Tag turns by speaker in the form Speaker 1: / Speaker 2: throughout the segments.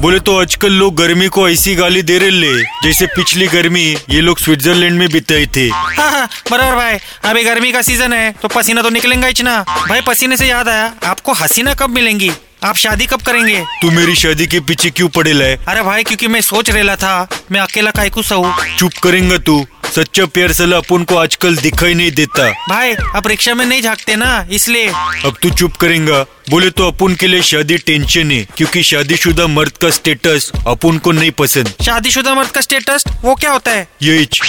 Speaker 1: बोले तो आजकल लोग गर्मी को ऐसी गाली दे रहे ले जैसे पिछली गर्मी ये लोग स्विट्जरलैंड में बिताई थी
Speaker 2: हाँ, हाँ, बराबर भाई अभी गर्मी का सीजन है तो पसीना तो निकलेगा ही ना भाई पसीने से याद आया आपको हसीना कब मिलेंगी आप शादी कब करेंगे
Speaker 1: तू मेरी शादी के पीछे क्यों पड़े लाए
Speaker 2: अरे भाई क्योंकि मैं सोच रहा था मैं अकेला कायकू सा हूँ
Speaker 1: चुप करेंगा तू सच्चा प्यार सला अपन को आजकल दिखाई नहीं देता
Speaker 2: भाई आप रिक्शा में नहीं झाँकते ना इसलिए
Speaker 1: अब तू चुप करेंगा बोले तो अपन के लिए शादी टेंशन है क्योंकि शादीशुदा मर्द का स्टेटस अपन को नहीं पसंद
Speaker 2: शादीशुदा मर्द का स्टेटस वो क्या होता है
Speaker 1: ये इच,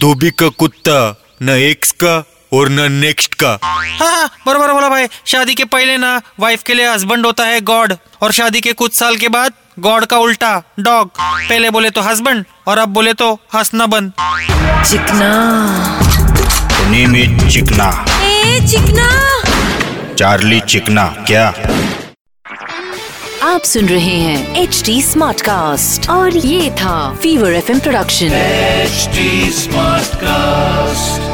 Speaker 1: धोबी का कुत्ता न एक्स का और न नेक्स्ट का
Speaker 2: हाँ हाँ, बराबर बोला भाई शादी के पहले ना वाइफ के लिए हस्बैंड होता है गॉड और शादी के कुछ साल के बाद गॉड का उल्टा डॉग पहले बोले तो हस्बैंड और अब बोले तो हंसना बंद
Speaker 3: चिकना
Speaker 4: धने में चिकना
Speaker 3: ए चिकना
Speaker 4: चार्ली चिकना क्या
Speaker 3: आप सुन रहे हैं एच डी स्मार्ट कास्ट और ये था fever F production
Speaker 5: HD Smartcast.